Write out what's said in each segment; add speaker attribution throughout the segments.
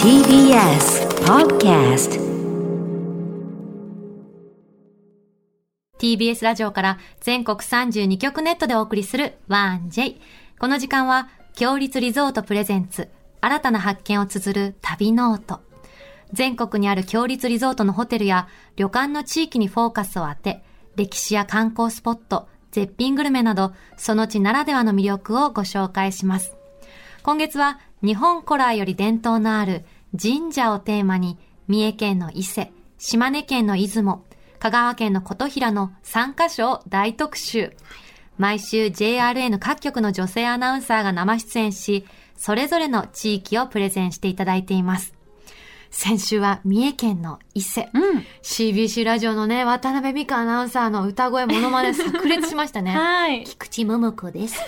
Speaker 1: TBS Podcast
Speaker 2: TBS ラジオから全国32局ネットでお送りする 1J。この時間は、強立リゾートプレゼンツ、新たな発見を綴る旅ノート。全国にある強立リゾートのホテルや旅館の地域にフォーカスを当て、歴史や観光スポット、絶品グルメなど、その地ならではの魅力をご紹介します。今月は日本古来より伝統のある神社をテーマに三重県の伊勢、島根県の出雲、香川県の琴平の3カ所を大特集。毎週 JRN 各局の女性アナウンサーが生出演し、それぞれの地域をプレゼンしていただいています。先週は三重県の伊勢。CBC ラジオのね、渡辺美香アナウンサーの歌声モノマネ炸裂しまし たね。
Speaker 3: はい。
Speaker 2: 菊池桃 子です。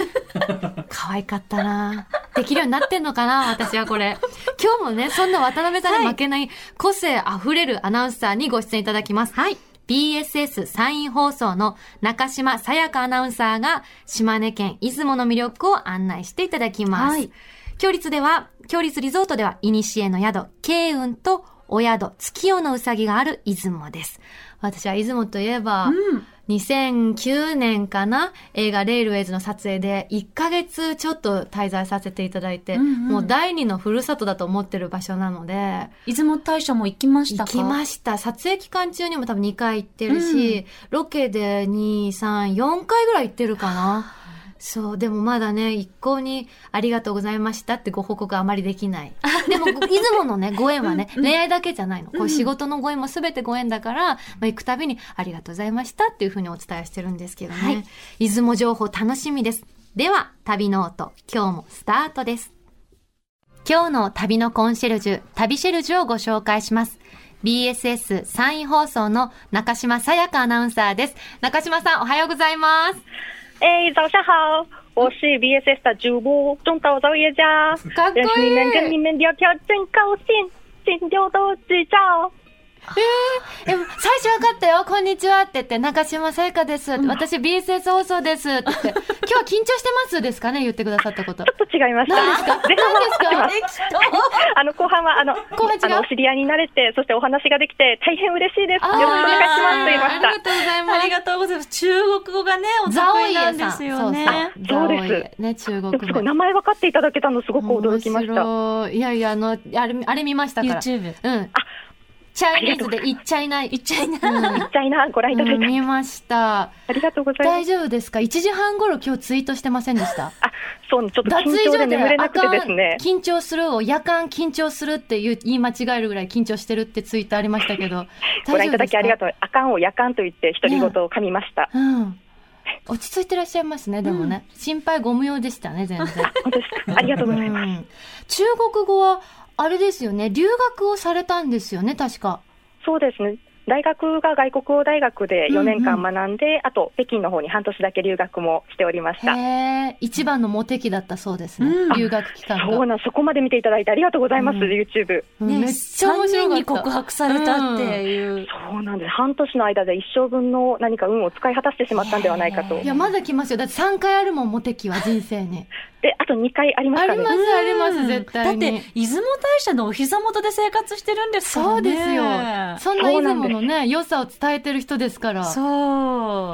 Speaker 2: 可愛かったなできるようになってんのかな私はこれ。今日もね、そんな渡辺さんに負けない個性あふれるアナウンサーにご出演いただきます。はい。BSS 山陰放送の中島さやかアナウンサーが島根県出雲の魅力を案内していただきます。
Speaker 3: はい
Speaker 2: 強立では、強立リゾートでは、古の宿、慶雲とお宿、月夜のうさぎがある出雲です。私は出雲といえば、
Speaker 3: うん。
Speaker 2: 2009年かな映画「レイルウェイズ」の撮影で1ヶ月ちょっと滞在させていただいて、
Speaker 3: うんうん
Speaker 2: もう第二のふるさとだと思ってる場所なので
Speaker 3: 出雲大社も行きました
Speaker 2: 行
Speaker 3: か
Speaker 2: きました撮影期間中にも多分2回行ってるし、ロケで234回ぐらい行ってるかなそうでもまだね一向に「ありがとうございました」ってご報告あまりできないで もご出雲のねご縁はね恋愛だけじゃないの、こう仕事のご縁も全てご縁だから、まあ、行くたびに「ありがとうございました」っていうふうにお伝えしてるんですけどね、
Speaker 3: はい
Speaker 2: 出雲情報楽しみですでは旅ノート今日もスタートです今日の旅のコンシェルジュ、旅シェルジュをご紹介します。BSS 山陰放送の中島さやかアナウンサーです。中島さん、おはようございます。
Speaker 4: 哎，早上好，我是 VSS 的主播中岛造业家，
Speaker 2: かっこいい
Speaker 4: 认识你们跟你们聊天真高兴，请多多指教。
Speaker 2: え、最初分かったよ、こんにちはって言って、中島さやかです。私 BSS 放送ですって言って、今日は緊張してますですかね、言ってくださったこと。
Speaker 4: ちょっと違いました。
Speaker 2: 何ですか
Speaker 4: 前半は合って
Speaker 2: 何
Speaker 4: ま
Speaker 2: ですすか
Speaker 4: あの後半はあの
Speaker 2: 後半違う
Speaker 4: あのお知り合いになれて、そしてお話ができて大変嬉しいです。
Speaker 2: あ
Speaker 4: よ
Speaker 2: ー
Speaker 4: ろしくお願いしますと言いま
Speaker 2: あ
Speaker 4: し
Speaker 2: り
Speaker 4: た
Speaker 2: が。とうございます
Speaker 3: あ。りがとうございます。中国語がね、お得
Speaker 2: ザオ
Speaker 3: 意
Speaker 2: イエ
Speaker 3: な
Speaker 2: さ
Speaker 3: ん
Speaker 2: ん。
Speaker 3: ですよね。
Speaker 2: そうそう
Speaker 4: そう
Speaker 2: ザオイ
Speaker 4: で
Speaker 2: エね、中国
Speaker 4: でもすご
Speaker 2: の
Speaker 4: い名前分かっていただけたのすごく驚きまし
Speaker 2: 面
Speaker 4: た。
Speaker 2: 白いいやいや、あの、あれ、あれ見ましたから。
Speaker 3: YouTube。
Speaker 2: うん。チャイニーズで行っちゃいない。行っちゃいない。
Speaker 4: ちっちゃいなご覧いただいて、
Speaker 2: 見ました。
Speaker 4: ありがとうござい
Speaker 2: 大
Speaker 4: ます。
Speaker 2: 丈夫ですか ?1 時半頃今日ツイートしてませんでした。
Speaker 4: あ、そうちょっと緊
Speaker 2: 脱衣所
Speaker 4: 張で
Speaker 2: で
Speaker 4: 眠れな
Speaker 2: あ
Speaker 4: く
Speaker 2: か
Speaker 4: て
Speaker 2: ん
Speaker 4: ですね。
Speaker 2: 緊張するを夜間緊張するっていう言い間違えるぐらい緊張してるってツイートありましたけど。
Speaker 4: ご覧いただきありが
Speaker 2: と
Speaker 4: とう。あかんをやかんと言って独り言を噛みました。
Speaker 2: う。うん。落ち着いてらっしゃいますね、でもね。心配ご無用でしたね、全 然。
Speaker 4: 本当ですかありがとうございます。
Speaker 2: うん中国語は、あれですよね、留学をされたんですよね、確か。
Speaker 4: そうですね。大学が外国語大学で4年間学んで、あと北京の方に半年だけ留学もしておりまし
Speaker 2: へ
Speaker 4: た。
Speaker 2: え、一番のモテ期だったそうですね、
Speaker 3: うん
Speaker 2: 留学期間が。
Speaker 4: そうなん、そこまで見ていただいてありがとうございます、
Speaker 2: うん
Speaker 4: YouTube。
Speaker 2: うんめっちゃ面白
Speaker 3: 3人
Speaker 2: か
Speaker 3: に
Speaker 2: った。
Speaker 3: 告白されたっていう。
Speaker 4: そうなんです。半年の間で一生分の何か運を使い果たしてしまったんではないかと。
Speaker 2: いや、まだ来ますよ。だって3回あるもん、モテ期は人生に。
Speaker 4: で、あと2回あります
Speaker 2: あ
Speaker 4: か
Speaker 2: り
Speaker 4: ね
Speaker 2: ま。す、あります、絶対に。
Speaker 3: だって、出雲大社のお膝元で生活してるんですからね。
Speaker 2: そうですよ。そんな出雲
Speaker 4: そうな
Speaker 2: のね、良さを伝えてる人ですから。
Speaker 3: そ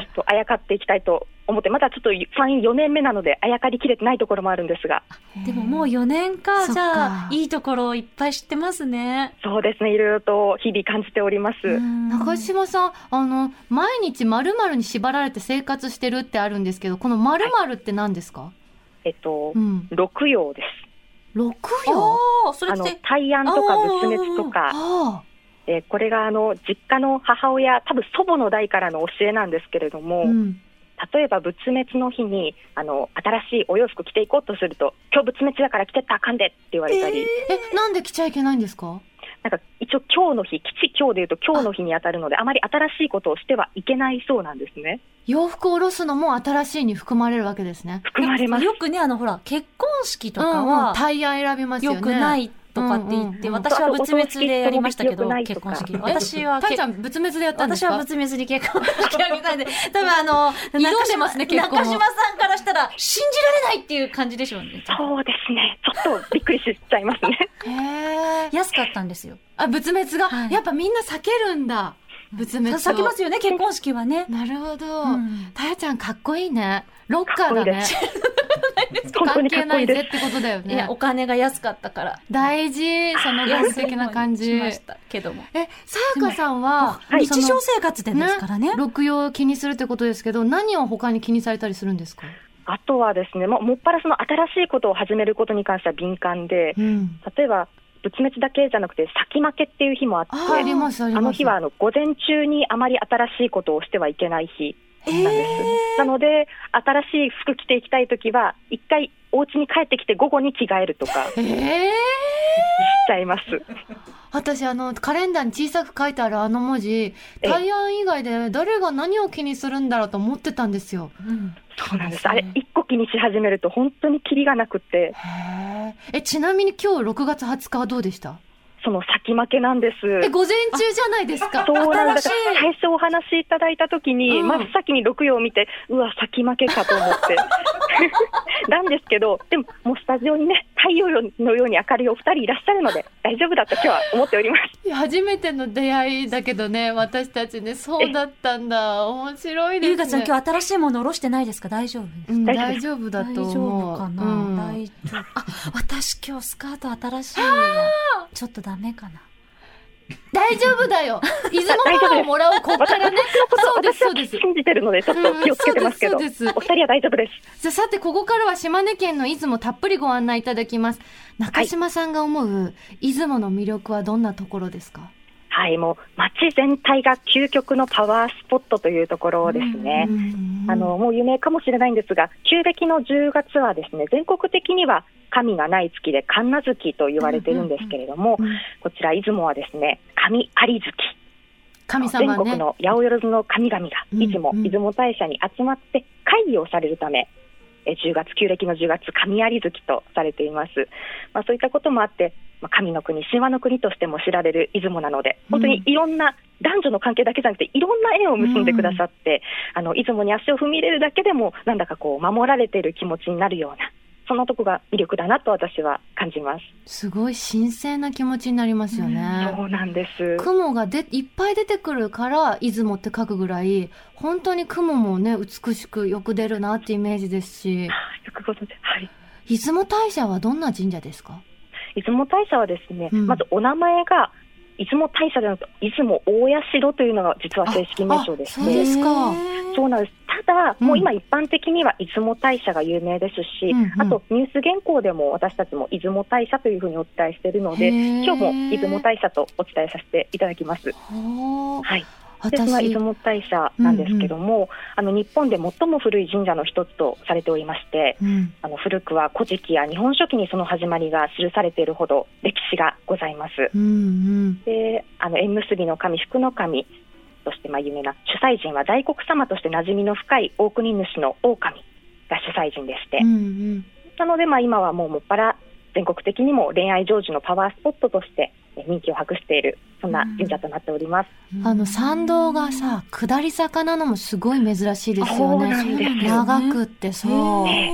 Speaker 3: う。
Speaker 4: ちょっとあやかっていきたいと思って、まだちょっと3、4年目なので、あやかりきれてないところもあるんですが、
Speaker 3: でももう4年か、
Speaker 2: そっか
Speaker 3: じゃあ、いいところをいっぱい知ってますね。
Speaker 4: そうですね、いろいろと日々感じております。
Speaker 2: 中
Speaker 3: 中
Speaker 2: 島さん、あの、毎日〇〇に縛られて生活してるってあるんですけど、この〇〇って何ですか、
Speaker 4: えっと
Speaker 2: う、ん。
Speaker 4: 六曜です。
Speaker 2: 六よ。
Speaker 3: おー、それ
Speaker 4: あ
Speaker 3: っ
Speaker 4: の
Speaker 3: て、、
Speaker 4: 大安とか仏滅とか、
Speaker 2: ああ。
Speaker 4: えーこれがあの実家の母親、多分祖母の代からの教えなんですけれども、
Speaker 2: うん。
Speaker 4: 例えば仏滅の日にあの新しいお洋服着ていこうとすると、今日仏滅だから着てったらあかんでって言われたり、
Speaker 2: え、なんで来ちゃいけないんですか
Speaker 4: なんか一応、今日の日、吉今日でいうと今日の日に当たるので、あまり新しいことをしてはいけないそうなんですね。
Speaker 2: 洋服を下ろすのも新しいに含まれるわけですね。
Speaker 4: 含まれます。
Speaker 3: よくね、あの、ほら、結婚式と
Speaker 2: う
Speaker 3: か
Speaker 2: んうん
Speaker 3: は、
Speaker 2: タイヤ選びますよ
Speaker 3: よ
Speaker 2: ね。
Speaker 3: くないっとかって言って、
Speaker 2: うんうんうん
Speaker 3: 私は仏滅でやりましたけど
Speaker 4: あとお葬、式
Speaker 3: 結婚式。
Speaker 4: とか
Speaker 3: 私は
Speaker 2: タイ
Speaker 3: 結
Speaker 2: ちゃん、仏滅でやったんです
Speaker 3: 私
Speaker 2: か
Speaker 3: は仏滅に結婚式あげたんで、多分あ の、
Speaker 2: 移動してますね結構
Speaker 3: 中島さんからしたら、信じられないっていう感じでしょうね。
Speaker 4: そうですね。ちょっとびっくりしちゃいますね。
Speaker 2: へー
Speaker 3: 安かったんですよ。
Speaker 2: あ、仏滅が、
Speaker 3: はい
Speaker 2: やっぱみんな避けるんだ。仏滅を。
Speaker 3: 避けますよね、結婚式はね。
Speaker 2: なるほど。
Speaker 3: うん
Speaker 2: タヤちゃんかっこいいね。ロッカーだね。
Speaker 4: 本当
Speaker 2: 関
Speaker 4: にか
Speaker 2: 係
Speaker 4: っこ
Speaker 2: ない
Speaker 4: い
Speaker 2: い
Speaker 4: で
Speaker 2: ぜってことだよ
Speaker 3: いや、
Speaker 2: ね
Speaker 3: お。金が安かったから。
Speaker 2: 大事、その原始的な感じ。
Speaker 3: しまし
Speaker 2: え、
Speaker 3: たけども。
Speaker 2: さやかさんは、
Speaker 4: はい
Speaker 2: そ
Speaker 3: 日
Speaker 2: の
Speaker 3: 常生活でですからね。
Speaker 2: 録用を気にするってことですけど、何を他に気にされたりするんですか
Speaker 4: あとはですね、もうもっぱらその新しいことを始めることに関しては敏感で、
Speaker 2: うん。
Speaker 4: 例えば、仏滅だけじゃなくて、先負けっていう日もあって、
Speaker 2: あ、あります、あります。
Speaker 4: あの日はあの午前中にあまり新しいことをしてはいけない日
Speaker 3: え
Speaker 4: なんです。なので、新しい服着ていきたいときは、一回お家に帰ってきて午後に着替えるとか し
Speaker 2: ええ
Speaker 4: ちゃいます。
Speaker 2: 私あのカレンダーに小さく書いてあるあの文字
Speaker 4: え
Speaker 2: 大安以外で誰が何を気にするんだろうと思ってたんですよ
Speaker 3: うん
Speaker 4: そうなんです。あれ、一個気にし始めると本当にキリがなくて、
Speaker 2: へえちなみに今日6月20日はどうでした
Speaker 4: その先負けなんです。
Speaker 2: え午前中じゃないですか
Speaker 4: そうなんだ
Speaker 3: 新しい
Speaker 4: 最初お話しいただいたときに、
Speaker 2: うん
Speaker 4: 真っ先に6曜を見て、うわ、先負けかと 思って。なんですけど、でも、もうスタジオにね、太陽のように明るいお二人いらっしゃるので、大丈夫だと今日は思っております。
Speaker 2: いや初めての出会いだけどね私たちねそうだったんだ面白いです
Speaker 3: ゆ
Speaker 2: ね
Speaker 3: うかさん、今日新しいもの下ろしてないですか大丈夫
Speaker 2: うん
Speaker 4: 大丈夫
Speaker 2: 大丈夫だ
Speaker 3: 大
Speaker 2: と
Speaker 3: 丈
Speaker 2: 思
Speaker 3: 夫
Speaker 2: う
Speaker 3: かな、
Speaker 2: うん
Speaker 3: 大丈夫。あ、私今日スカート新しいやちょっとダメかな。
Speaker 2: 大丈夫だよ出雲パワーをもらおうこっからねそうです
Speaker 4: 私
Speaker 2: そう
Speaker 4: は
Speaker 2: です
Speaker 4: 信じてるので、ちょっと気をつけてますけど、
Speaker 2: うんそうですそうです
Speaker 4: お二人は大丈夫です。
Speaker 2: じゃあさてここからは島根県の出雲たっぷりご案内いただきます中島さんが思う出雲の魅力はどんなところですか、
Speaker 4: はい、もう街全体が究極のパワースポットというところですね。
Speaker 2: うん
Speaker 4: あのもう有名かもしれないんですが、旧暦の10月はですね全国的には神がない月で神無月と言われてるんですけれども、
Speaker 2: うん
Speaker 4: こちら出雲はですね神有月、
Speaker 2: 神
Speaker 4: 全
Speaker 2: 様
Speaker 4: 国
Speaker 2: ね
Speaker 4: の八百万の神々が
Speaker 2: うん
Speaker 4: 出雲、
Speaker 2: うん
Speaker 4: 出雲大社に集まって会議をされるため、え10月旧暦の10月神有月とされています。まあそういったこともあって、まあ、神の国神話の国としても知られる出雲なので、本当にいろんな男女の関係だけじゃなくていろんな縁を結んでくださって、あの出雲に足を踏み入れるだけでもなんだかこう守られている気持ちになるような。そんなとこが魅力だなと私は感じます。
Speaker 2: すごい神聖な気持ちになりますよね、
Speaker 4: そうなんです。
Speaker 2: 雲がでいっぱい出てくるから出雲って書くぐらい本当に雲もね美しくよく出るなってイメージですし
Speaker 4: よくご存知。はい。
Speaker 2: 出雲大社はどんな神社ですか
Speaker 4: 出雲大社はですね、
Speaker 2: うん
Speaker 4: まずお名前が出雲大社でなく出雲大社というのが実は正式名称でし
Speaker 2: あそう
Speaker 4: て
Speaker 2: ですか
Speaker 4: そうなんですただ、
Speaker 2: うん
Speaker 4: もう今一般的には出雲大社が有名ですし、
Speaker 2: うんうん
Speaker 4: あとニュース原稿でも私たちも出雲大社というふうにお伝えしているので
Speaker 2: 今
Speaker 4: 今日も出雲大社とお伝えさせていただきます。はい、でその出
Speaker 2: 私
Speaker 4: 雲大社なんですけども、あの日本で最も古い神社の一つとされておりまして、
Speaker 2: うん
Speaker 4: あの古くは古事記や日本書紀にその始まりが記されているほど歴史がございます。
Speaker 2: うんうん
Speaker 4: で、あの縁結びの神、福の神としてまあ有名な主催人は在国様として馴染みの深い大国主の狼が主催人でして、
Speaker 2: うんうん
Speaker 4: なのでまあ今はもうもっぱら全国的にも恋愛成就のパワースポットとしてえ人気を博しているそんな神社となっております。
Speaker 2: あの参道がさ下り坂なのもすごい珍しいです
Speaker 4: そ
Speaker 2: よ
Speaker 4: うな
Speaker 2: ね。
Speaker 4: んですよ
Speaker 2: 長くってそう、
Speaker 4: ね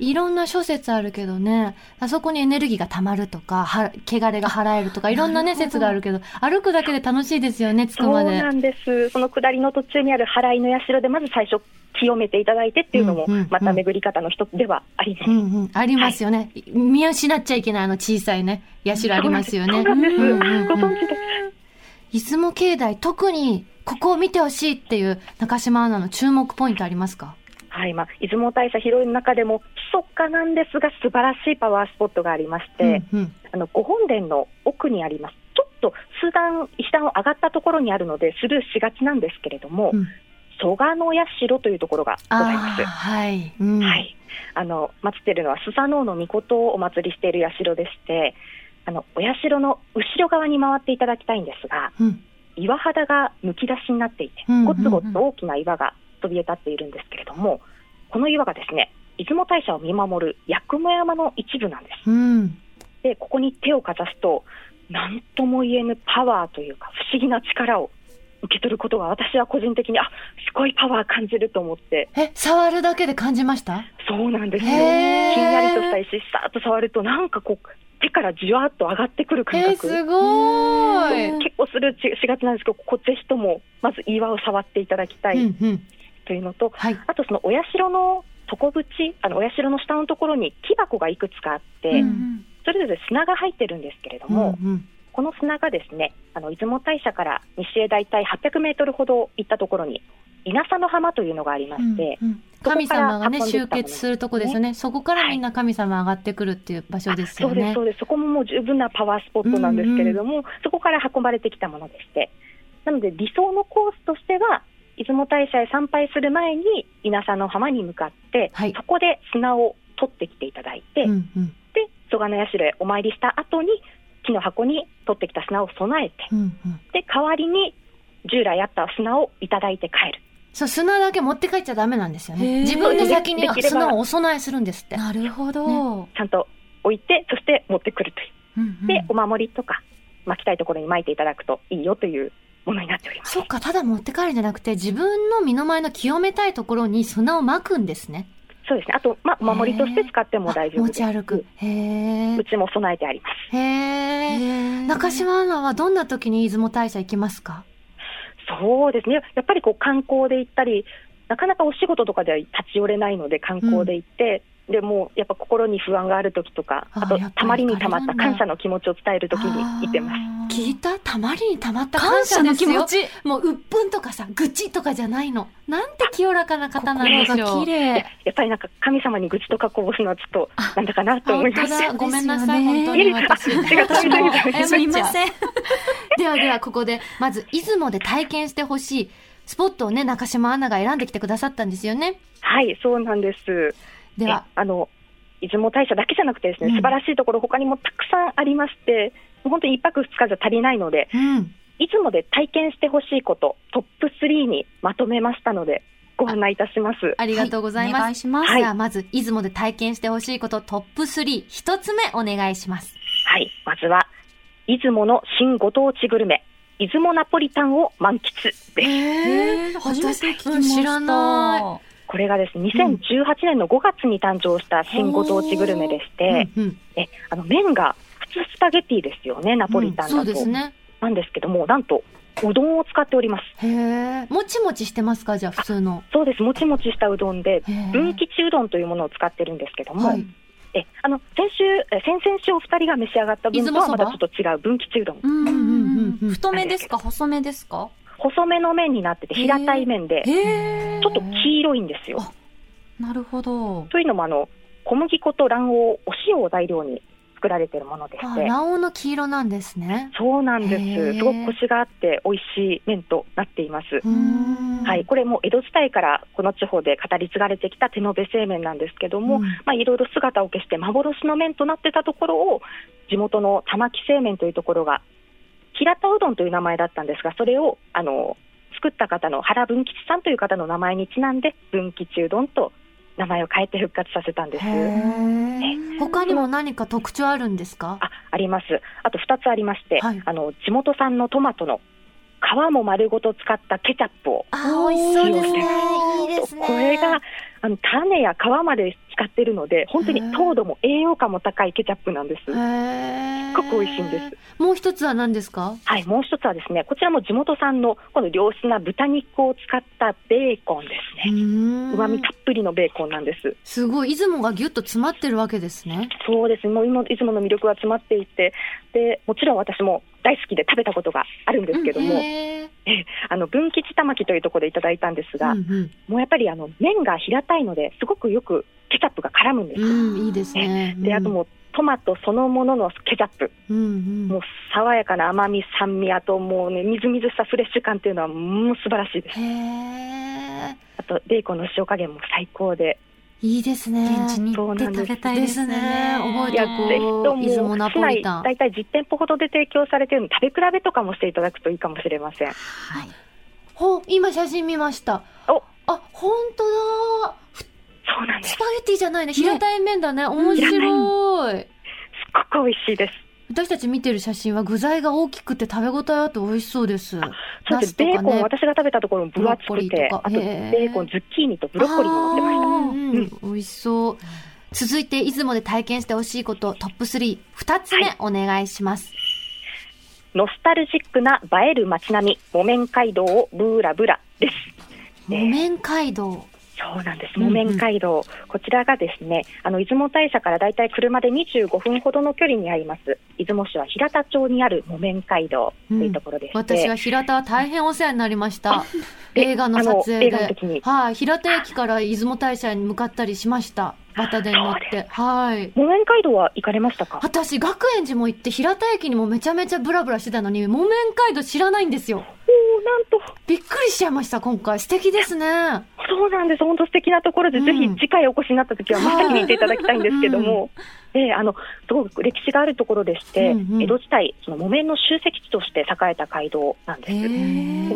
Speaker 2: いろんな諸説あるけどねあそこにエネルギーが溜まるとかは汚れが払えるとかいろんなね
Speaker 3: なるほど
Speaker 2: 説があるけど歩くだけで楽しいですよね着く
Speaker 4: そう
Speaker 2: まで
Speaker 4: な。んです。その下りの途中にある払いの社でまず最初清めていただいてっていうのも
Speaker 2: うんうんうん
Speaker 4: また巡り方の一つではあります
Speaker 2: う。んうん、ありますよね、見失っちゃいけないあの小さいね社ありますよね
Speaker 4: そうなんです。
Speaker 2: うんうんうん
Speaker 4: ご存知で。
Speaker 2: 出雲境内特にここを見てほしいっていう中島アナの注目ポイントありますか
Speaker 4: はい、まあ、出雲大社広い中でも、密かなんですが、素晴らしいパワースポットがありまして、
Speaker 2: うんうん
Speaker 4: あの、ご本殿の奥にあります。ちょっと数段、一段を上がったところにあるので、スルーしがちなんですけれども、
Speaker 2: うん
Speaker 4: 蘇我の社というところがございま
Speaker 2: あ
Speaker 4: す
Speaker 2: ー。はい、うん
Speaker 4: はい。あの、祀っているのは、スサノオの御事をお祭りしている社でして、あの、お社の後ろ側に回っていただきたいんですが、
Speaker 2: うん
Speaker 4: 岩肌がむき出しになっていて
Speaker 2: うんうんうん、
Speaker 4: ごつごつ大きな岩がそびえ立っているんですけれども、この岩がですね、出雲大社を見守る八雲山の一部なんです。
Speaker 2: うん
Speaker 4: でここに手をかざすと何とも言えぬパワーというか不思議な力を受け取ることが私は個人的にあすごいパワー感じると思って
Speaker 3: え、触るだけで感じました
Speaker 4: そうなんですよひん
Speaker 3: へー
Speaker 4: やりとした石さーっと触るとなんかこう手からじわっと上がってくる感
Speaker 3: えー、
Speaker 4: 覚、
Speaker 3: すごーい。
Speaker 4: 結構するしがちなんですけどここぜひともまず岩を触っていただきた
Speaker 2: う
Speaker 4: い
Speaker 2: んうん。
Speaker 4: というのと、
Speaker 3: はい。
Speaker 4: あとそのお社の底縁あのお社の下のところに木箱がいくつかあって、
Speaker 2: うん
Speaker 3: うん
Speaker 4: それぞれ砂が入ってるんですけれども、この砂がですねあの出雲大社から西へ大体800メートルほど行ったところに稲佐の浜というのがありまして、
Speaker 2: うん
Speaker 4: こから
Speaker 2: 神様がね
Speaker 4: 運んでき
Speaker 2: 集
Speaker 4: たもの
Speaker 2: 結するとこですよねそこからみんな神様上がってくるっていう場所ですよ
Speaker 4: そうです
Speaker 2: ね
Speaker 4: そうですそこももう十分なパワースポットなんですけれども、そこから運ばれてきたものでしてなので理想のコースとしては出雲大社へ参拝する前に稲佐の浜に向かって、
Speaker 2: はい
Speaker 4: そこで砂を取ってきていただいて、
Speaker 2: うんうん
Speaker 4: で蘇我の社へお参りした後に木の箱に取ってきた砂を備えて
Speaker 2: うんうん
Speaker 4: で代わりに従来あった砂をいただいて帰る
Speaker 2: そう砂だけ持って帰っちゃダメなんですよ
Speaker 3: へ
Speaker 2: ね
Speaker 3: ー
Speaker 2: 自分で先に
Speaker 4: できれば
Speaker 2: 砂をお供えするんですって
Speaker 3: なるほど。
Speaker 4: ちゃんと置いてそして持ってくるという
Speaker 3: うんうん
Speaker 4: で、お守りとか巻きたいところに巻いていただくといいよというものになっております
Speaker 2: そっかただ持って帰るんじゃなくて自分の身の前の清めたいところに砂をまくんですね
Speaker 4: そうですねあと、まあ、お守りとして使っても大丈夫
Speaker 2: 持
Speaker 4: です
Speaker 2: ち歩くへ
Speaker 4: う
Speaker 2: え
Speaker 4: んうちも備えてあります
Speaker 2: へえ
Speaker 3: へー
Speaker 2: 中島アナはどんな時に出雲大社行きますか
Speaker 4: そうですねやっぱりこう観光で行ったりなかなかお仕事とかでは立ち寄れないので観光で行って、でもうやっぱ心に不安がある時とか
Speaker 2: あー
Speaker 4: あと
Speaker 2: やっぱり
Speaker 4: たまりにたまった
Speaker 2: あれなんだ
Speaker 4: 感謝の気持ちを伝える時に行ってます
Speaker 2: す聞いたたまりにたまった
Speaker 3: 感
Speaker 2: 感
Speaker 3: 謝
Speaker 2: 謝
Speaker 3: の
Speaker 2: です
Speaker 3: 気
Speaker 2: よ
Speaker 3: 持ち。
Speaker 2: もう鬱憤とかさ愚痴とかじゃないのなんて清らかな方なんで
Speaker 3: 心
Speaker 2: し
Speaker 3: が
Speaker 2: ょ
Speaker 3: 綺
Speaker 2: う
Speaker 3: 麗。
Speaker 4: やっぱりなんか神様に愚痴とかこぼすのはちょっとなんだかなと思いまし
Speaker 2: あ
Speaker 4: て
Speaker 2: 本当だごめんなさい、
Speaker 3: です
Speaker 2: 本
Speaker 3: よ
Speaker 2: 当
Speaker 3: ね
Speaker 2: に私
Speaker 4: ありがとうございます
Speaker 2: 私も
Speaker 3: すいま
Speaker 2: ん
Speaker 3: せん。
Speaker 2: ではではここでまず出雲で体験してほしいスポットをね中島アナが選んできてくださったんですよね
Speaker 4: はいそうなんです
Speaker 2: では
Speaker 4: えあの出雲大社だけじゃなくてですね、
Speaker 2: うん
Speaker 4: 素晴らしいところ他にもたくさんありましてもう本当に1泊2日じゃ足りないので
Speaker 2: うん
Speaker 4: 出雲で体験してほしいことトップ3にまとめましたのでご案内いたします
Speaker 2: ありがとうござ
Speaker 3: はお
Speaker 2: いま
Speaker 3: 願い
Speaker 2: す、
Speaker 3: します。
Speaker 2: ではまず出雲で体験してほしいことトップ3一つ目お願いします
Speaker 4: はいまずは出雲の新ご当地グルメ出雲ナポリタンを満喫です
Speaker 3: へー初めて聞きました。
Speaker 2: 知らな
Speaker 4: これがですね2018年の5月に誕生した新ご当地グルメでして、
Speaker 2: うんうん
Speaker 4: えあの麺が普通スパゲティですよねナポリタンだと、
Speaker 2: そうですね
Speaker 4: なんですけどもなんとうどんを使っております
Speaker 2: へえもちもちしてますかじゃあ普通の
Speaker 4: そうですもちもちしたうどんで
Speaker 2: へー
Speaker 4: 分吉うどんというものを使ってるんですけども、
Speaker 2: はい
Speaker 4: えあの先週え先々週お二人が召し上がった分と
Speaker 2: 出雲
Speaker 4: は
Speaker 2: そば
Speaker 4: またちょっと違う分吉うどん
Speaker 3: うんうんうん
Speaker 2: う
Speaker 3: うんん。太めですか細めですか
Speaker 4: 細めの麺になってて
Speaker 3: へー
Speaker 4: 平たい麺でち
Speaker 3: へー
Speaker 4: ょっと黄色いんですよ
Speaker 3: あなるほど。
Speaker 4: というのもあの小麦粉と卵黄お塩を材料に作られているものでし
Speaker 2: あ
Speaker 4: て
Speaker 2: 卵黄の黄色なんですね
Speaker 4: そうなん
Speaker 2: へ
Speaker 4: で
Speaker 2: ー
Speaker 4: すすごくコシがあって美味しい麺となっています
Speaker 2: うーん
Speaker 4: はい、これも江戸時代からこの地方で語り継がれてきた手延べ製麺なんですけども、
Speaker 2: うん
Speaker 4: まあ、いろいろ姿を消して幻の麺となってたところを地元の玉木製麺というところが平田うどんという名前だったんですがそれをあの作った方の原文吉さんという方の名前にちなんで文吉うどんと名前を変えて復活させたんです。
Speaker 2: へー
Speaker 4: え
Speaker 2: 他にも何か特徴あるんですか
Speaker 4: あありますあと2つありまして、
Speaker 2: はい
Speaker 4: あの地元産のトマトの皮も丸ごと使ったケチャップを
Speaker 2: あ
Speaker 3: 美味しそうですね
Speaker 2: いいですね
Speaker 4: これがあの種や皮まで使ってるので本当に糖度も栄養価も高いケチャップなんです。
Speaker 2: へー
Speaker 4: ごく美味しいんです
Speaker 2: もう一つは何ですか
Speaker 4: はい、もう一つはですね、こちらも地元産のこの良質な豚肉を使ったベーコンですね。
Speaker 2: う
Speaker 4: 旨味たっぷりのベーコンなんです。
Speaker 2: すごい出雲がギュッと詰まってるわけですね
Speaker 4: そうですね、もう今いつもの魅力が詰まっていて、で、もちろん私も大好きで食べたことがあるんですけども、
Speaker 2: へー
Speaker 4: あの文吉玉木というところでいただいたんですが、
Speaker 2: うん
Speaker 4: もうやっぱりあの麺が平たいので、すごくよくケチャップが絡むんです。
Speaker 2: うん、うん、いいですね
Speaker 4: で、あともうトマトそのもののケチャップ、
Speaker 2: うんうん
Speaker 4: もう爽やかな甘み、酸味、あともうね、みずみずしさ、フレッシュ感というのは、もう素晴らしいです。
Speaker 2: へえ
Speaker 4: あと、ベーコンの塩加減も最高で。
Speaker 2: いいですね
Speaker 3: 現地に行って
Speaker 4: そうな
Speaker 3: 食
Speaker 4: ん
Speaker 3: べ
Speaker 4: です
Speaker 3: たいですね。
Speaker 2: ですね覚え
Speaker 4: いや、
Speaker 2: て
Speaker 4: ぜ
Speaker 2: こう
Speaker 4: ひとも、
Speaker 2: 出雲ナポリタン
Speaker 4: 市内大体10店舗ほどで提供されているので、食べ比べとかもしていただくといいかもしれません。
Speaker 2: ほ今写真見ました
Speaker 4: お
Speaker 2: あ本当だ
Speaker 4: そうなんで
Speaker 2: ス
Speaker 4: す。
Speaker 2: パゲティじゃないね平たい麺だね面白い、
Speaker 4: スごく美味しいです。
Speaker 2: 私たち見てる写真は具材が大きくて食べ応えあって美味しそうです。
Speaker 4: そうです、
Speaker 2: ナス
Speaker 4: ベ
Speaker 2: と
Speaker 4: ー
Speaker 2: か
Speaker 4: コン、
Speaker 2: ね
Speaker 4: 私が食べたところも分厚
Speaker 2: ブロッコ
Speaker 4: く
Speaker 2: リー
Speaker 4: て、
Speaker 2: とか
Speaker 4: あと
Speaker 2: へー
Speaker 4: ベーコン、ズッキーニとブロッコリーも乗ってました。
Speaker 2: うんうん、美味しそう。続いて、出雲で体験してほしいこと、トップ3、二つ目、お願いします。
Speaker 4: ノスタルジックな映える街並み、木綿街道をブーラブラです。
Speaker 2: 木綿街道。
Speaker 4: そうなんです。
Speaker 2: うんう
Speaker 4: 木
Speaker 2: ん
Speaker 4: 綿街道、こちらがですね、あの出雲大社からだいたい車で25分ほどの距離にあります。出雲市は平田町にある木綿街道というところでして、
Speaker 2: 私は平田は大変お世話になりました。
Speaker 4: で
Speaker 2: 映画の撮
Speaker 4: あの
Speaker 2: 影
Speaker 4: 映画の
Speaker 2: で。
Speaker 4: 時に
Speaker 2: はい、平田駅から出雲大社に向かったりしました。バタで乗っ
Speaker 4: そう
Speaker 2: て。はい。
Speaker 4: 木綿街道は行かれましたか？
Speaker 2: 私、学園寺も行って、平田駅にもめちゃめちゃブラブラしてたのに、木綿街道知らないんですよ。
Speaker 4: おお、なんと
Speaker 2: びっくりしちゃいました、今回。素敵ですね。
Speaker 4: そうなんです。本当素敵なところで、
Speaker 2: うん
Speaker 4: ぜひ次回お越しになった時は真っ先に見ていただきたいんですけど も、えーあのすごく歴史があるところでして、
Speaker 2: うんうん
Speaker 4: 江戸時代その木綿の集積地として栄えた街道なんです。
Speaker 2: へ
Speaker 4: で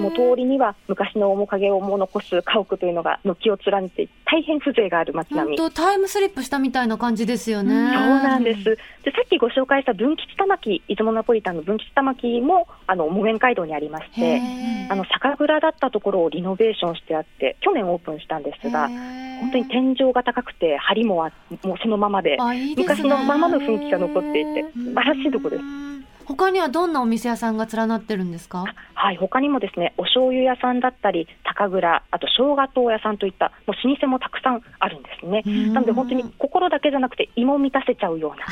Speaker 4: も通りには昔の面影をも残す家屋というのが軒を連ねて大変風情がある街並
Speaker 2: 本
Speaker 4: み。
Speaker 2: 当タイムスリップしたみたいな感じですよね。
Speaker 3: うん
Speaker 4: そうなんです。で、さっきご紹介した文吉玉木、出雲ナポリタンの文吉玉木も、あの、木綿街道にありまし
Speaker 2: へ
Speaker 4: て、
Speaker 2: ー
Speaker 4: あの、酒蔵だったところをリノベーションしてあって、去年オープンしたんですが、本当に天井が高くて、梁もあもうそのままで、
Speaker 2: あいいですね
Speaker 4: 昔のままの雰囲気が残っていて、素晴らしいところです。
Speaker 2: うん他にはどんなお店屋さんが連なってるんですか
Speaker 4: はい、他にもですね、お醤油屋さんだったり、酒蔵、あと生姜糖屋さんといった、もう老舗もたくさんあるんですね。なので本当に心だけじゃなくて、胃も満たせちゃうような、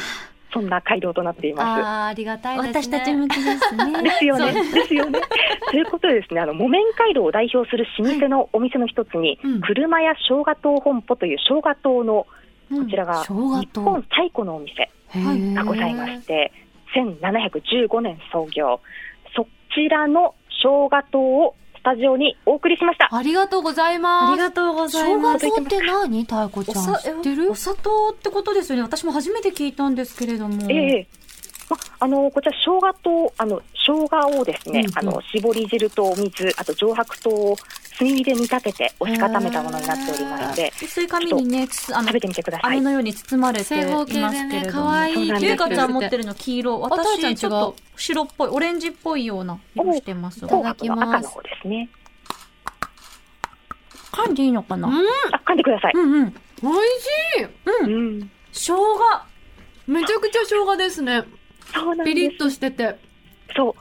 Speaker 4: そんな街道となってい
Speaker 2: あ
Speaker 4: ます。
Speaker 2: あーありがたいで
Speaker 3: 私
Speaker 2: すね。
Speaker 3: たち向きです
Speaker 4: で
Speaker 3: ね。
Speaker 4: すよね。です よね。ということでですね、あの、木綿街道を代表する老舗のお店の一つに、
Speaker 2: うん
Speaker 4: 車屋生姜糖本舗という生姜糖の、こちらが
Speaker 2: 生姜
Speaker 4: 日
Speaker 2: 糖
Speaker 4: 本最古のお店がございまし
Speaker 2: す。
Speaker 4: て、1715年創業、そちらの生姜糖をスタジオにお送りしました。
Speaker 2: ありがとうございま
Speaker 3: あ
Speaker 2: す。
Speaker 3: りがとうございます。
Speaker 2: 生姜糖って何太鼓ちゃん知ってる
Speaker 3: お砂糖ってことですよね。私も初めて聞いたんですけれども。
Speaker 4: ええまあのこちら生姜とあの生姜をですね、
Speaker 2: うんうん
Speaker 4: あの絞り汁とお水あと上白糖を炭火で煮立てて押し固めたものになっておりまして
Speaker 3: 薄い紙にね、つあの
Speaker 4: 食べてみてくださ
Speaker 3: 飴
Speaker 4: い。
Speaker 3: のように包まれてい
Speaker 2: 正
Speaker 3: ま
Speaker 2: 方
Speaker 3: すけれど
Speaker 2: 形で
Speaker 3: も。
Speaker 2: ね、可愛い
Speaker 4: そうなんです
Speaker 3: ゆ
Speaker 4: よ
Speaker 3: うかちゃん持ってるの黄色。
Speaker 2: 父ちゃん違う
Speaker 3: 私、ちょっと白っぽい、オレンジっぽいような色してます。
Speaker 4: 紅
Speaker 2: ただき
Speaker 4: 白
Speaker 2: ま
Speaker 4: の
Speaker 2: す
Speaker 4: 赤の方ですね。
Speaker 3: 噛んでいいのか
Speaker 2: うん
Speaker 3: な、
Speaker 4: あ、噛んでください。
Speaker 3: うん、うん。
Speaker 2: 美味しい
Speaker 4: うん、
Speaker 3: 生姜。
Speaker 2: めちゃくちゃ生姜ですね。
Speaker 4: そうなん
Speaker 2: ピ
Speaker 4: で
Speaker 2: リッ
Speaker 4: す。
Speaker 2: としてて。
Speaker 4: そう、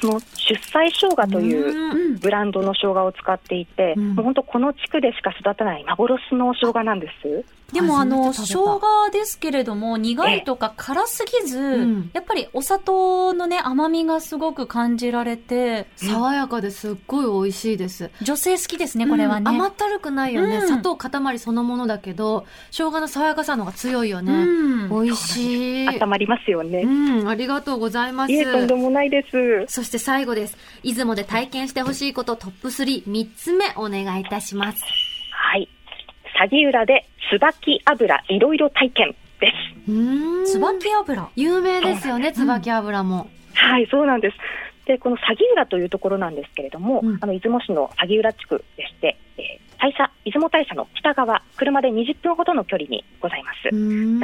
Speaker 4: その出西生姜という
Speaker 2: うん
Speaker 3: うん。
Speaker 4: ブランドの生姜を使っていて、
Speaker 2: うん
Speaker 4: もう本当この地区でしか育たない幻の生姜なんです。
Speaker 3: でもあの、
Speaker 2: 初め
Speaker 3: 生
Speaker 2: て食べ
Speaker 3: 姜ですけれども、苦いとか辛すぎず、
Speaker 2: ん
Speaker 3: やっぱりお砂糖のね、甘みがすごく感じられて、
Speaker 2: 爽やかですっごい美味しいです。
Speaker 3: 女性好きですね、これは
Speaker 2: うん
Speaker 3: ね。
Speaker 2: 甘ったるくないよ
Speaker 3: う
Speaker 2: ね、
Speaker 3: ん
Speaker 2: 砂糖塊そのものだけど生姜の爽やかさの方が強いよね、
Speaker 3: うん
Speaker 2: 美味しい
Speaker 4: 温まりますよね。
Speaker 2: うんありがとうございます
Speaker 4: いえ、とんでもないです。
Speaker 2: そして最後です出雲で体験してほしいことトップ33つ目お願いいたします
Speaker 4: はい。鷺浦で椿油いろいろ体験です。
Speaker 2: うーん
Speaker 3: 椿油。
Speaker 2: 有名ですよね椿油も、
Speaker 4: はい、そうなんです。で、この鷺浦というところなんですけれども、
Speaker 2: うん
Speaker 4: あの出雲市の鷺浦地区でして、えー大社出雲大社の北側、車で20分ほどの距離にございます。あ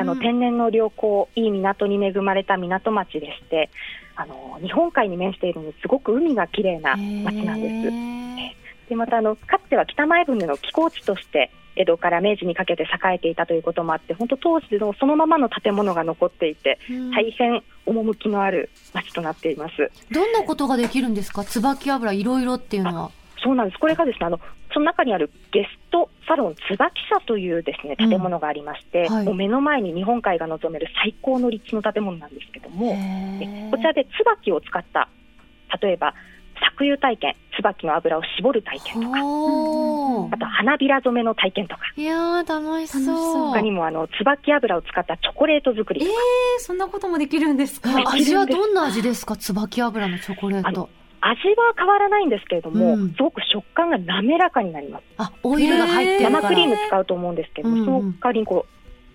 Speaker 4: の天然の良好、いい港に恵まれた港町でして、あの日本海に面しているのですごく海が綺麗な町なんです。でまたあのかつては北前船の寄港地として江戸から明治にかけて栄えていたということもあって本当当時のそのままの建物が残っていて
Speaker 2: うん
Speaker 4: 大変趣のある町となっています。
Speaker 2: どんなことができるんですか椿油いろいろっていうのは
Speaker 4: そうなんですこれがですねあのその中にあるゲストサロン椿社というですね
Speaker 2: うん
Speaker 4: 建物がありまして、
Speaker 2: はい
Speaker 4: もう目の前に日本海が望める最高の立地の建物なんですけども、
Speaker 2: へー
Speaker 4: こちらで椿を使った例えば搾油体験椿の油を絞る体験とか
Speaker 2: ほ
Speaker 4: あ
Speaker 2: ー
Speaker 4: と花びら染めの体験とか
Speaker 2: いやー楽しそう
Speaker 3: 楽しそう
Speaker 4: 他にもあの椿油を使ったチョコレート作り、
Speaker 3: ええそんなこともできるんですか
Speaker 2: え
Speaker 4: あ
Speaker 2: 味はどんな味ですか椿油のチョコレート。
Speaker 4: 味は変わらないんですけれども、
Speaker 2: うん
Speaker 4: すごく食感が滑らかになります
Speaker 2: あ、オイルが入ってるから。
Speaker 4: 生クリーム使うと思うんですけど、
Speaker 2: うんうん
Speaker 4: その代わりにこう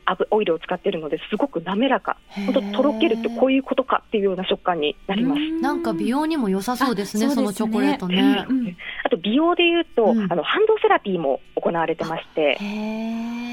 Speaker 4: あぶオイルを使ってるのですごく滑らか
Speaker 2: へー
Speaker 4: 本当とろけるってこういうことかっていうような食感になります、
Speaker 2: なんか美容にも良さそうですね、
Speaker 3: あ
Speaker 2: そ
Speaker 3: そう
Speaker 2: の
Speaker 3: ですね
Speaker 2: チョコレートね。
Speaker 3: うん
Speaker 4: あと美容でいうと、
Speaker 2: うん
Speaker 4: あのハンドセラピーも行われてまして
Speaker 2: へ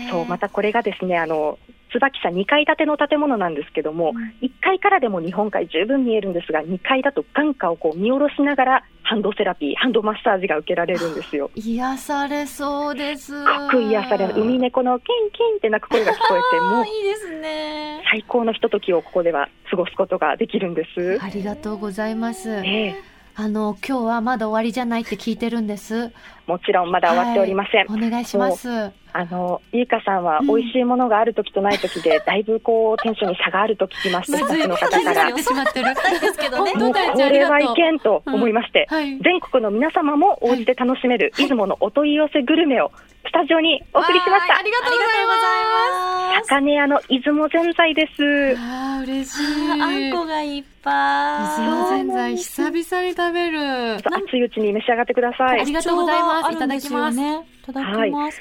Speaker 2: ー
Speaker 4: そうまたこれがですねあの椿社2階建ての建物なんですけども、1階からでも日本海十分見えるんですが2階だと眼下をこう見下ろしながらハンドセラピーハンドマッサージが受けられるんですよ。
Speaker 3: 癒されそうです。す
Speaker 4: すごく癒される海猫のキンキンって鳴く声が聞こえてもう
Speaker 3: いいですね。
Speaker 4: 最高のひとときをここでは過ごすことができるんです。
Speaker 3: ありがとうございます。
Speaker 4: ええ
Speaker 3: あの今日はまだ終わりじゃないって聞いてるんです。
Speaker 4: もちろんまだ終わっておりません。
Speaker 3: お願いします。
Speaker 4: あのゆいかさんは美味しいものがある時とない時で、だいぶこうテンションに差があると聞きまして、スタッフの方
Speaker 2: 気
Speaker 4: か
Speaker 2: づ
Speaker 4: ら
Speaker 2: か。てしまってる。
Speaker 3: ですけどね
Speaker 4: もう
Speaker 2: ど
Speaker 4: こ
Speaker 2: たいちゃんあり
Speaker 4: れ
Speaker 2: がとう
Speaker 4: はいけんと思いまして、
Speaker 2: はい。
Speaker 4: 全国の皆様もお家で楽しめる出雲のお問い合わせグルメをスタジオにお送りしま
Speaker 2: わ
Speaker 4: し
Speaker 2: ーあ
Speaker 4: た。
Speaker 2: りがとうございま
Speaker 4: 茜屋の出雲ぜんざいです
Speaker 2: す。。あー嬉し
Speaker 3: あん
Speaker 2: い。
Speaker 3: こがいっぱい。
Speaker 2: 水ぜんざい久々に食べる。
Speaker 4: 熱いうちに召し上がってくださ
Speaker 2: あ
Speaker 4: い。
Speaker 2: り
Speaker 4: ど
Speaker 2: がとうございます
Speaker 3: 口調があるんですよね。いただきます。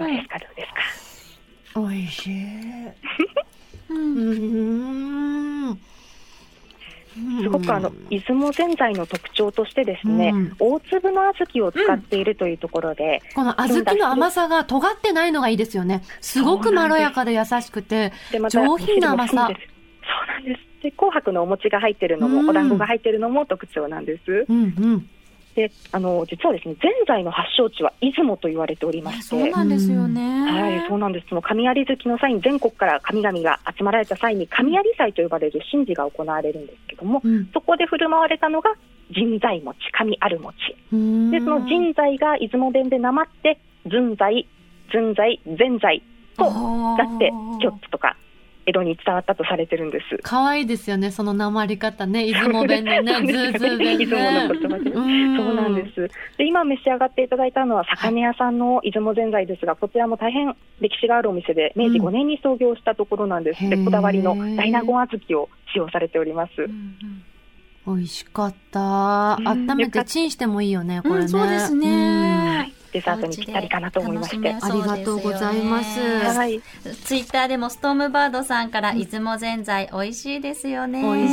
Speaker 4: うですかどうですか。
Speaker 2: 美味しい。
Speaker 3: うん
Speaker 2: うん。
Speaker 4: すごくあの出雲ぜんざいの特徴としてですね、
Speaker 2: うん
Speaker 4: 大粒の小豆を使っているというところで、
Speaker 2: この小豆の甘さが尖ってないのがいいですよね。すごくまろやかで優しくて。
Speaker 4: でまた
Speaker 2: 上品な甘さ
Speaker 4: お汁も含んでるそうなんです。で紅白のお餅が入ってるのも、
Speaker 2: うん
Speaker 4: お団子が入ってるのも特徴なんです。
Speaker 2: うんうん。
Speaker 4: で、あの実はですね、ぜんざいの発祥地は出雲と言われておりま
Speaker 3: ね
Speaker 4: し
Speaker 3: そう
Speaker 4: て。
Speaker 3: なんですよね。
Speaker 4: はい、そうなんです。その神有月の際に全国から神々が集まられた際に神有祭と呼ばれる神事が行われるんですけども、
Speaker 2: うん
Speaker 4: そこで振る舞われたのが神在餅、神ある餅。
Speaker 2: うん。
Speaker 4: で、その神在が出雲弁でなまって、ずんざい、ずんざい、ぜんざいと、だって、キョッツとか、江戸に伝わったとされてるんです。
Speaker 2: 可愛いですよね、そのなまり方ね。出雲弁の
Speaker 4: そう
Speaker 2: ね、
Speaker 4: で
Speaker 2: ズ
Speaker 4: すよ
Speaker 2: ー
Speaker 4: ね
Speaker 2: ズー弁ね。
Speaker 4: 出雲の言葉で。そうなんです。で、今召し上がっていただいたのは、魚屋さんの出雲ぜんざいですが、こちらも大変歴史があるお店で、明治
Speaker 2: うん
Speaker 4: 5年に創業したところなんです。で、
Speaker 2: へー
Speaker 4: こだわりの大納言小豆を使用されております。
Speaker 3: うんうん
Speaker 2: 美味しかった。
Speaker 4: うん
Speaker 2: 温めてチンしてもいいよね、これ
Speaker 3: う
Speaker 2: ね。
Speaker 3: んそうです
Speaker 2: うん。
Speaker 3: ね。
Speaker 4: デザートにぴったりかなと思いまし
Speaker 3: お
Speaker 4: て
Speaker 3: 家で。楽
Speaker 2: あ
Speaker 3: しめ
Speaker 2: りがとうございます。
Speaker 3: そうですよね
Speaker 4: はい。
Speaker 3: ツイッターでもストームバードさんから出雲ぜんざい美味しいですよね。
Speaker 2: 美味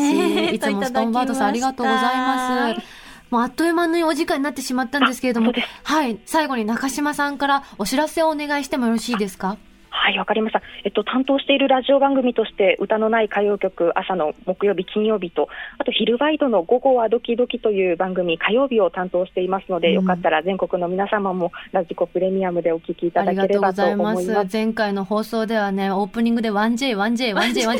Speaker 2: しい。いつもストーンバードさんありがとうございます。もうあっという間にお時間になってしまったんですけれども
Speaker 4: あそうです、
Speaker 2: はい、最後に中島さんからお知らせをお願いしてもよろしいですか
Speaker 4: はい、わかりました。えっと、担当しているラジオ番組として、歌のない歌謡曲、朝の木曜日、金曜日と、あと、昼ワイドの午後はドキドキという番組、火曜日を担当していますので、
Speaker 2: うん
Speaker 4: よかったら全国の皆様も、ラジコプレミアムでお聞きいた
Speaker 2: あ
Speaker 4: だ
Speaker 2: りがと
Speaker 4: けれ
Speaker 2: うご
Speaker 4: ばと
Speaker 2: ざ
Speaker 4: 思
Speaker 2: い
Speaker 4: いま。
Speaker 2: ますす。前回の放送ではね、オープニングで 1J、1J、1J、1J、4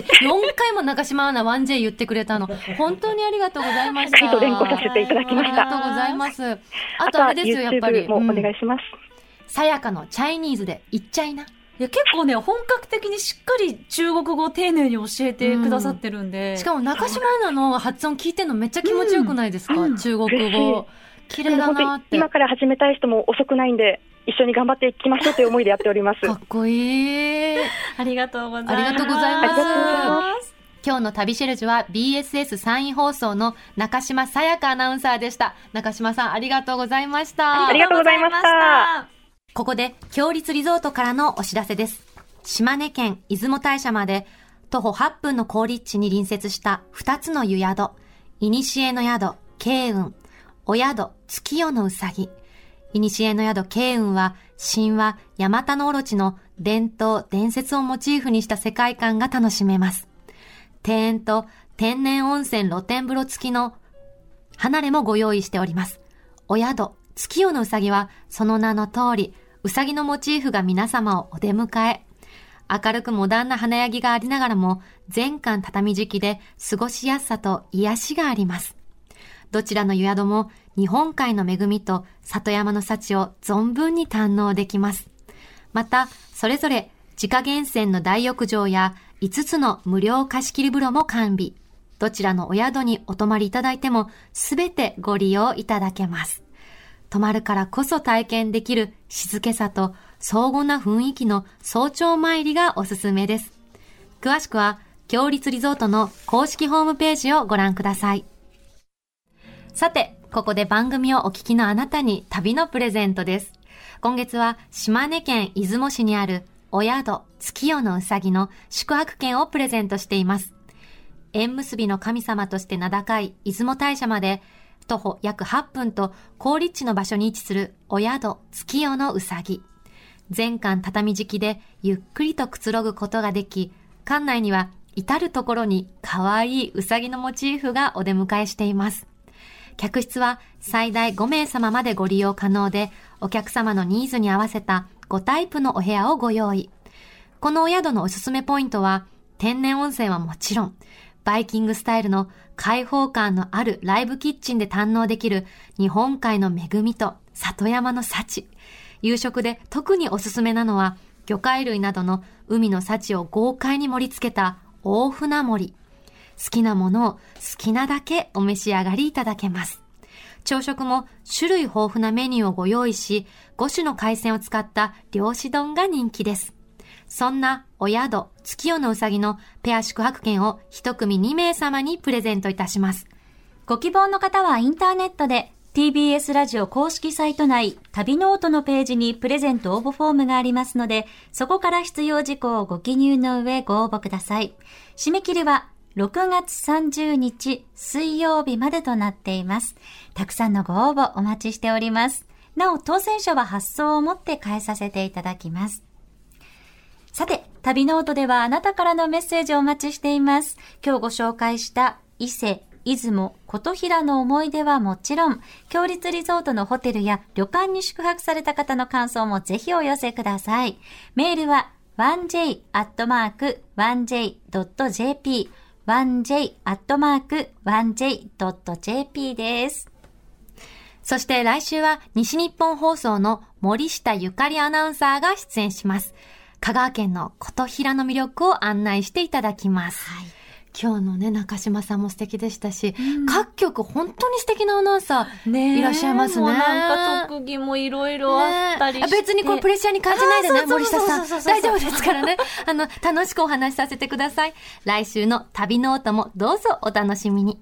Speaker 2: 回 も中島アナ 1J 言ってくれたの。本当にありがとうございました。
Speaker 4: しっかりと連呼させていただきました
Speaker 2: ありがとうございます。あ
Speaker 4: あと
Speaker 2: とあ
Speaker 4: は
Speaker 2: れですよ、やっぱり。
Speaker 4: YouTube もお願
Speaker 2: うん
Speaker 4: いします。
Speaker 2: さやかのチャイニーズで、いっちゃいな。
Speaker 3: いや結構ね、本格的にしっかり中国語を丁寧に教えてくださってるんで。
Speaker 2: しかも中島アナの発音聞いてんのめっちゃ気持ちよくないですか、
Speaker 3: うん
Speaker 2: 中国語。綺
Speaker 4: な
Speaker 2: 麗
Speaker 4: ので
Speaker 2: だ
Speaker 4: 本
Speaker 2: な
Speaker 4: 当
Speaker 2: っ
Speaker 4: に
Speaker 2: て。
Speaker 4: 今から始めたい人も遅くないんで、一緒に頑張っていきましょうという思いでやっており ます。
Speaker 2: かっこいい。
Speaker 3: ありがとうございます。
Speaker 2: ありがとうござい
Speaker 4: ますありがとうござい
Speaker 3: す。
Speaker 2: 今日の旅シェルジュは BSS 山陰放送の中島さやかアナウンサーでした。中島さんありがとうございました
Speaker 4: あり。がとうございました
Speaker 3: あ
Speaker 2: ここで、強立リゾートからのお知らせです。島根県出雲大社まで、徒歩8分の高立地に隣接した2つの湯宿、いにしえの宿、慶雲、お宿、月夜のうさぎ。いにしえの宿、慶雲は、神話、ヤマタノオロチの伝統、伝説をモチーフにした世界観が楽しめます。庭園と天然温泉露天風呂付きの離れもご用意しております。お宿、月夜のうさぎは、その名の通り、うさぎのモチーフが皆様をお出迎え。明るくモダンな華やぎがありながらも、全館畳敷きで過ごしやすさと癒しがあります。どちらの湯宿も日本海の恵みと里山の幸を存分に堪能できます。また、それぞれ自家源泉の大浴場や5つの無料貸し切り風呂も完備。どちらのお宿にお泊まりいただいてもすべてご利用いただけます。泊まるからこそ体験できる静けさと荘厳な雰囲気の早朝参りがおすすめです。詳しくは、強立リゾートの公式ホームページをご覧ください。さて、ここで番組をお聞きのあなたに旅のプレゼントです。今月は島根県出雲市にあるお宿月夜のうさぎの宿泊券をプレゼントしています。縁結びの神様として名高い出雲大社まで徒歩約8分と高立地の場所に位置するお宿月夜のうさぎ。全館畳敷きでゆっくりとくつろぐことができ、館内には至るところに可愛いうさぎのモチーフがお出迎えしています。客室は最大5名様までご利用可能で、お客様のニーズに合わせた5タイプのお部屋をご用意。このお宿のおすすめポイントは、天然温泉はもちろん、バイキングスタイルの開放感のあるライブキッチンで堪能できる日本海の恵みと里山の幸。夕食で特におすすめなのは、魚介類などの海の幸を豪快に盛り付けた大船盛り。好きなものを好きなだけお召し上がりいただけます。朝食も種類豊富なメニューをご用意し、5種の海鮮を使った漁師丼が人気です。そんなお宿、月夜のうさぎのペア宿泊券を一組2名様にプレゼントいたします。
Speaker 5: ご希望の方はインターネットで TBS ラジオ公式サイト内旅ノートのページにプレゼント応募フォームがありますので、そこから必要事項をご記入の上ご応募ください。締め切りは6月30日水曜日までとなっています。たくさんのご応募お待ちしております。なお、当選者は発送をもって返させていただきます。さて、旅ノートではあなたからのメッセージをお待ちしています。今日ご紹介した伊勢、出雲、琴平の思い出はもちろん、強立リゾートのホテルや旅館に宿泊された方の感想もぜひお寄せください。メールは 1j.1j.jp 1j.1j.jp です。
Speaker 2: そして来週は西日本放送の森下ゆかりアナウンサーが出演します。香川県の琴平の魅力を案内していただきます。今日のね、中島さんも素敵でしたし、各局本当に素敵なアナウンサー
Speaker 3: ねえ
Speaker 2: いらっしゃいますね。
Speaker 3: もうなんか特技もいろいろあったりして、
Speaker 2: ね別にこうプレッシャーに感じないで
Speaker 3: あ
Speaker 2: ね、
Speaker 3: ーそう
Speaker 2: 森
Speaker 3: そ
Speaker 2: 下
Speaker 3: うそう
Speaker 2: さ。
Speaker 3: そうんそうそう
Speaker 2: 大丈夫ですからね。あの、楽しくお話しさせてください。来週の旅ノートもどうぞお楽しみに。